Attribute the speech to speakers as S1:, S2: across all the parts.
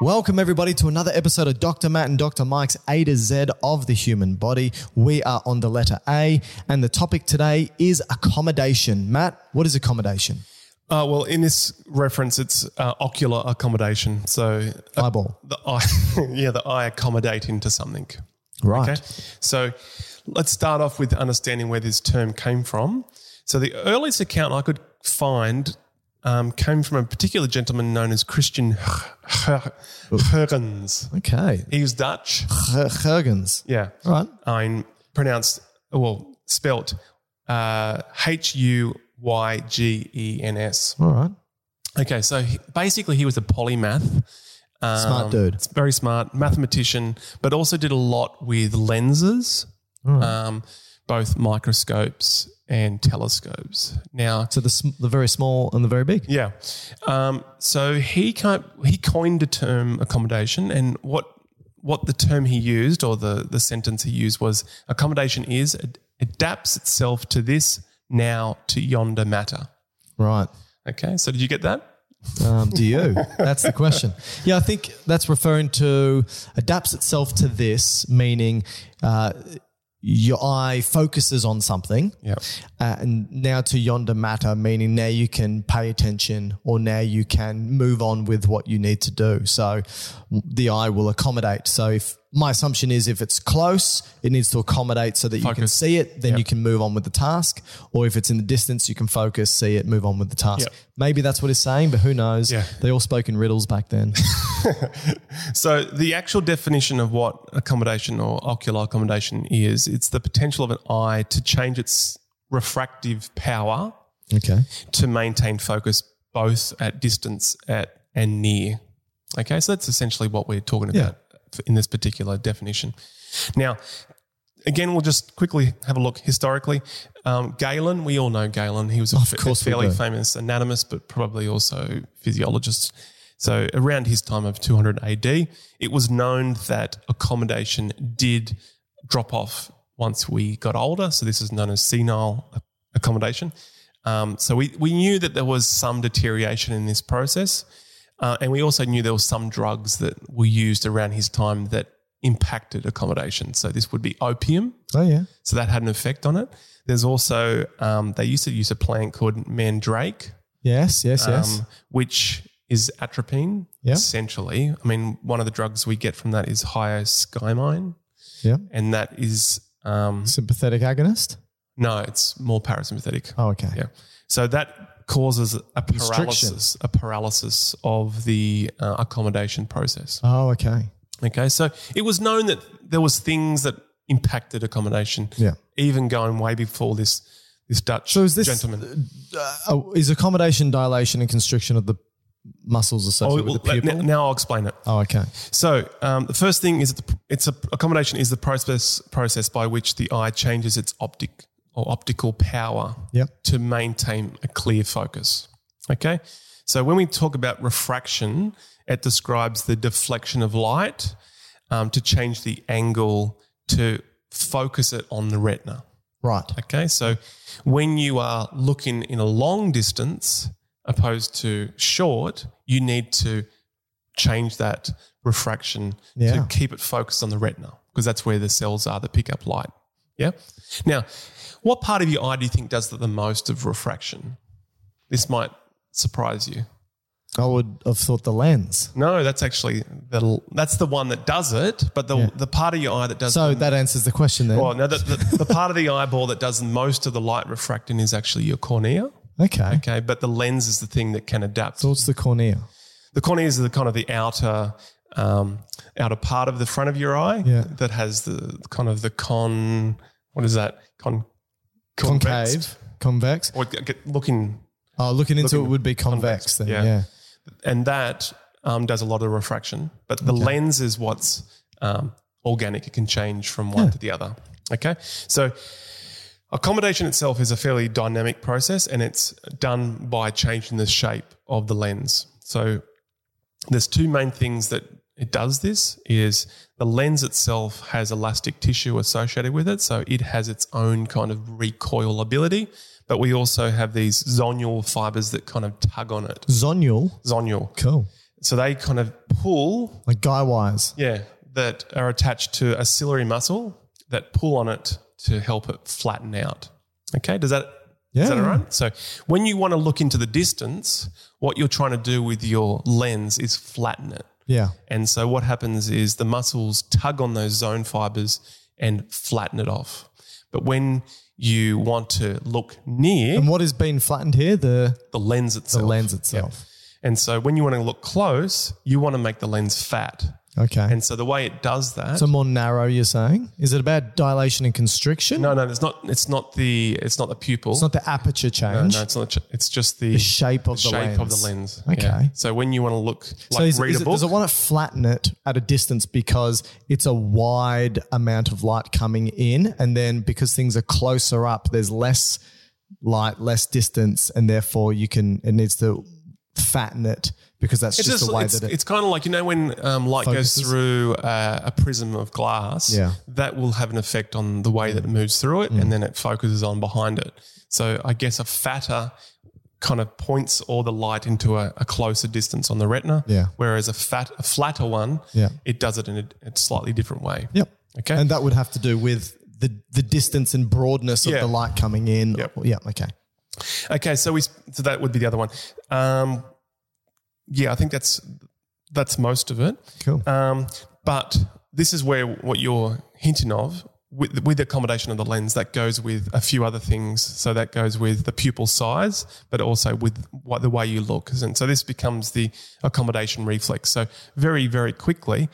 S1: Welcome, everybody, to another episode of Dr. Matt and Dr. Mike's A to Z of the human body. We are on the letter A, and the topic today is accommodation. Matt, what is accommodation?
S2: Uh, well, in this reference, it's uh, ocular accommodation. So uh,
S1: Eyeball.
S2: the eye, yeah, the eye accommodate into something.
S1: Right.
S2: Okay. So let's start off with understanding where this term came from. So the earliest account I could find um, came from a particular gentleman known as Christian Huygens.
S1: Okay.
S2: He was Dutch.
S1: Hergens.
S2: Yeah.
S1: All right.
S2: I'm pronounced, well, spelt uh, H U Y G E N S.
S1: All right.
S2: Okay, so he, basically he was a polymath. Um,
S1: Smart dude.
S2: s- Very smart, mathematician, but also did a lot with lenses,
S1: Hmm.
S2: um, both microscopes and telescopes. Now,
S1: So the, sm- the very small and the very big.
S2: yeah. Um, so he kind he coined the term accommodation, and what what the term he used or the the sentence he used was accommodation is ad- adapts itself to this now to yonder matter.
S1: Right.
S2: Okay, so did you get that?
S1: Um, do you? That's the question. Yeah, I think that's referring to adapts itself to this, meaning uh, your eye focuses on something.
S2: Yeah.
S1: Uh, and now to yonder matter, meaning now you can pay attention or now you can move on with what you need to do. So the eye will accommodate. So if my assumption is if it's close, it needs to accommodate so that you can
S2: Focus.
S1: see it, then you can move on with the task. Or if it's in the distance, you can focus, see it, move on with the task.
S2: Yep.
S1: Maybe that's what it's saying, but who knows?
S2: Yeah.
S1: They all spoke in riddles back then.
S2: So the actual definition of what accommodation or ocular accommodation is, it's the potential of an eye to change its refractive power
S1: okay.
S2: to maintain focus both at distance at and near. Okay, so that's essentially what we're talking
S1: Yeah.
S2: about f- in this particular definition. Now, again, we'll just quickly have a look historically. Um, Galen, we all know Galen. He was a
S1: Of
S2: fa-
S1: course we
S2: fairly
S1: do.
S2: famous anatomist, but probably also physiologist. So around his time of 200 AD, it was known that accommodation did drop off once we got older. So this is known as senile accommodation. Um, so we, we knew that there was some deterioration in this process. Uh, and we also knew there were some drugs that were used around his time that impacted accommodation. So this would be opium.
S1: Oh, yeah.
S2: So that had an effect on it. There's also, um, they used to use a plant called mandrake,
S1: Yes, yes, yes.
S2: um, which is atropine,
S1: Yeah.
S2: essentially. I mean, one of the drugs we get from that is hyoscyamine.
S1: Yeah.
S2: And that is, um,
S1: Sympathetic agonist.
S2: no, it's more parasympathetic.
S1: Oh, okay.
S2: Yeah. So that causes a
S1: Restriction.
S2: paralysis, a paralysis of the uh, accommodation process.
S1: Oh, okay.
S2: Okay. So it was known that there was things that impacted accommodation,
S1: Yeah.
S2: even going way before this this Dutch
S1: So is this
S2: gentleman.
S1: oh, Uh, is accommodation dilation and constriction of the muscles associated with the
S2: let-
S1: pupil?
S2: Oh, n- now I'll explain it.
S1: oh, okay.
S2: So um, the first thing is that the, it's a accommodation is the process process by which the eye changes its optic or optical power
S1: Yep.
S2: to maintain a clear focus. Okay, so when we talk about refraction, it describes the deflection of light um, to change the angle to focus it on the retina.
S1: Right.
S2: Okay, so when you are looking in a long distance opposed to short, you need to change that refraction
S1: Yeah.
S2: to keep it focused on the retina because that's where the cells are that pick up light. Yeah. Now, what part of your eye do you think does the most of refraction? This might surprise you.
S1: I would have thought the lens.
S2: No, that's actually the that's the one that does it, but the the part of your eye that does
S1: So
S2: the
S1: that answers the question then.
S2: Well, no, Oh, the, the, the part of the eyeball that does most of the light refracting is actually your cornea.
S1: okay.
S2: Okay, but the lens is the thing that can adapt.
S1: So what's the cornea?
S2: the cornea is the kind of the outer, um, outer part of the front of your eye
S1: Yeah.
S2: that has the kind of the con. What is that? Con, convex.
S1: Concave. Convex.
S2: Or g- get- looking,
S1: Oh, looking into
S2: Looking-
S1: it would be convex,
S2: convex,
S1: then. Yeah.
S2: yeah. and that um, does a lot of refraction. But the lens is what's um, organic. It can change from one to the other. Okay, so Accommodation itself is a fairly dynamic process and it's done by changing the shape of the lens. So there's two main things that it does this is the lens itself has elastic tissue associated with it so it has its own kind of recoil ability but we also have these zonule fibers that kind of tug on it
S1: Zonule.
S2: zonule
S1: Cool.
S2: so they kind of pull
S1: Like guy wires.
S2: yeah, that are attached to a ciliary muscle that pull on it to help it flatten out. Okay, does that is
S1: Yeah.
S2: that all right? So when you want to look into the distance, what you're trying to do with your lens is flatten it.
S1: Yeah.
S2: And so what happens is the muscles tug on those zone fibers and flatten it off. But when you want to look near
S1: And what is being flattened here? The,
S2: the lens
S1: the
S2: itself.
S1: lens itself.
S2: And so when you want to look close, you want to make the lens fat.
S1: Okay.
S2: And so the way it does that
S1: so more narrow, you're saying? Is it about dilation and constriction?
S2: No, no, it's not. It's not the. It's not the pupil.
S1: It's not the aperture
S2: No,
S1: change.
S2: no, it's not. the ch- It's just the,
S1: The shape of the
S2: shape of the
S1: lens.
S2: lens.
S1: Okay.
S2: So when you want to look, like
S1: so is,
S2: read
S1: is
S2: a
S1: it,
S2: book,
S1: does it want to flatten it at a distance because it's a wide amount of light coming in, and then because things are closer up, there's less light, less distance, and therefore you can it needs to fatten it because that's just, the way
S2: it's,
S1: that it.
S2: it's kind of like you know when um, light
S1: Focuses.
S2: goes through uh, a prism of glass.
S1: Yeah. Mm.
S2: That will have an effect on the way that it moves through it, and then it focuses on behind it. So I guess a fatter kind of points all the light into a, a closer distance on the retina.
S1: Yeah.
S2: Whereas a fat, a flatter one,
S1: Yeah.
S2: it does it in a, a slightly different way.
S1: Yep.
S2: Okay.
S1: And that would have to do with the the distance and broadness of
S2: Yeah.
S1: the light coming in.
S2: Yep.
S1: Yeah. Okay.
S2: Okay, so we so that would be the other one. Um, yeah, I think that's that's most of it.
S1: Cool.
S2: Um, but this is where what you're hinting of with with the accommodation of the lens that goes with a few other things. So that goes with the pupil size, but also with what the way you look. And so this becomes the accommodation reflex. So very very quickly,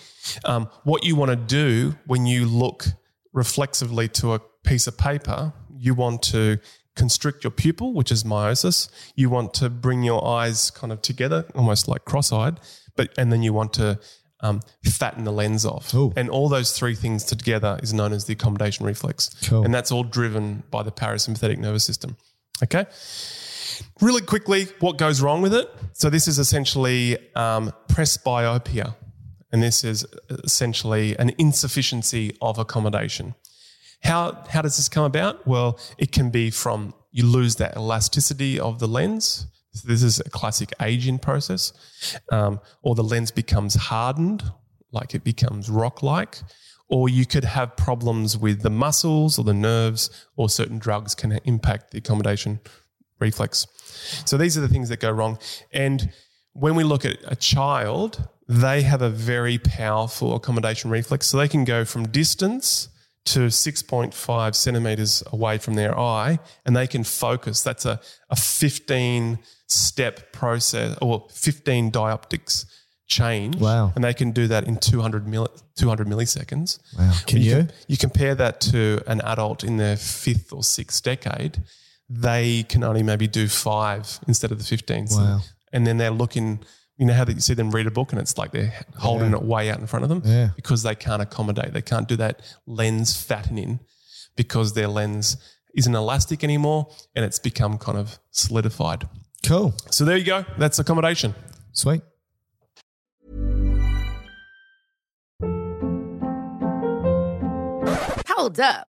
S2: um, what you want to do when you look reflexively to a piece of paper, you want to constrict your pupil, which is meiosis. You want to bring your eyes kind of together, almost like cross-eyed, but and then you want to um, fatten the lens off.
S1: Ooh.
S2: And all those three things together is known as the accommodation reflex.
S1: Cool.
S2: And that's all driven by the parasympathetic nervous system. Okay. Really quickly, what goes wrong with it? So this is essentially um, presbyopia, and this is essentially an insufficiency of accommodation. How how does this come about? Well, it can be from you lose that elasticity of the lens. So this is a classic aging process, um, or the lens becomes hardened, like it becomes rock like, or you could have problems with the muscles or the nerves, or certain drugs can impact the accommodation reflex. So these are the things that go wrong. And when we look at a child, they have a very powerful accommodation reflex. So they can go from distance to 6.5 centimeters away from their eye and they can focus. That's a, a 15 step process or 15 dioptics change.
S1: Wow.
S2: And they can do that in 200, milli 200 milliseconds.
S1: Wow. Can
S2: You,
S1: you?
S2: com- you compare that to an adult in their fifth or sixth decade, they can only maybe do five instead of the 15. So-
S1: Wow.
S2: And then they're looking you know how that you see them read a book and it's like they're holding it way out in front of them
S1: Yeah.
S2: because they can't accommodate. They can't do that lens fattening because their lens isn't elastic anymore and it's become kind of solidified.
S1: Cool.
S2: So there you go. That's accommodation.
S1: Sweet.
S3: Hold up.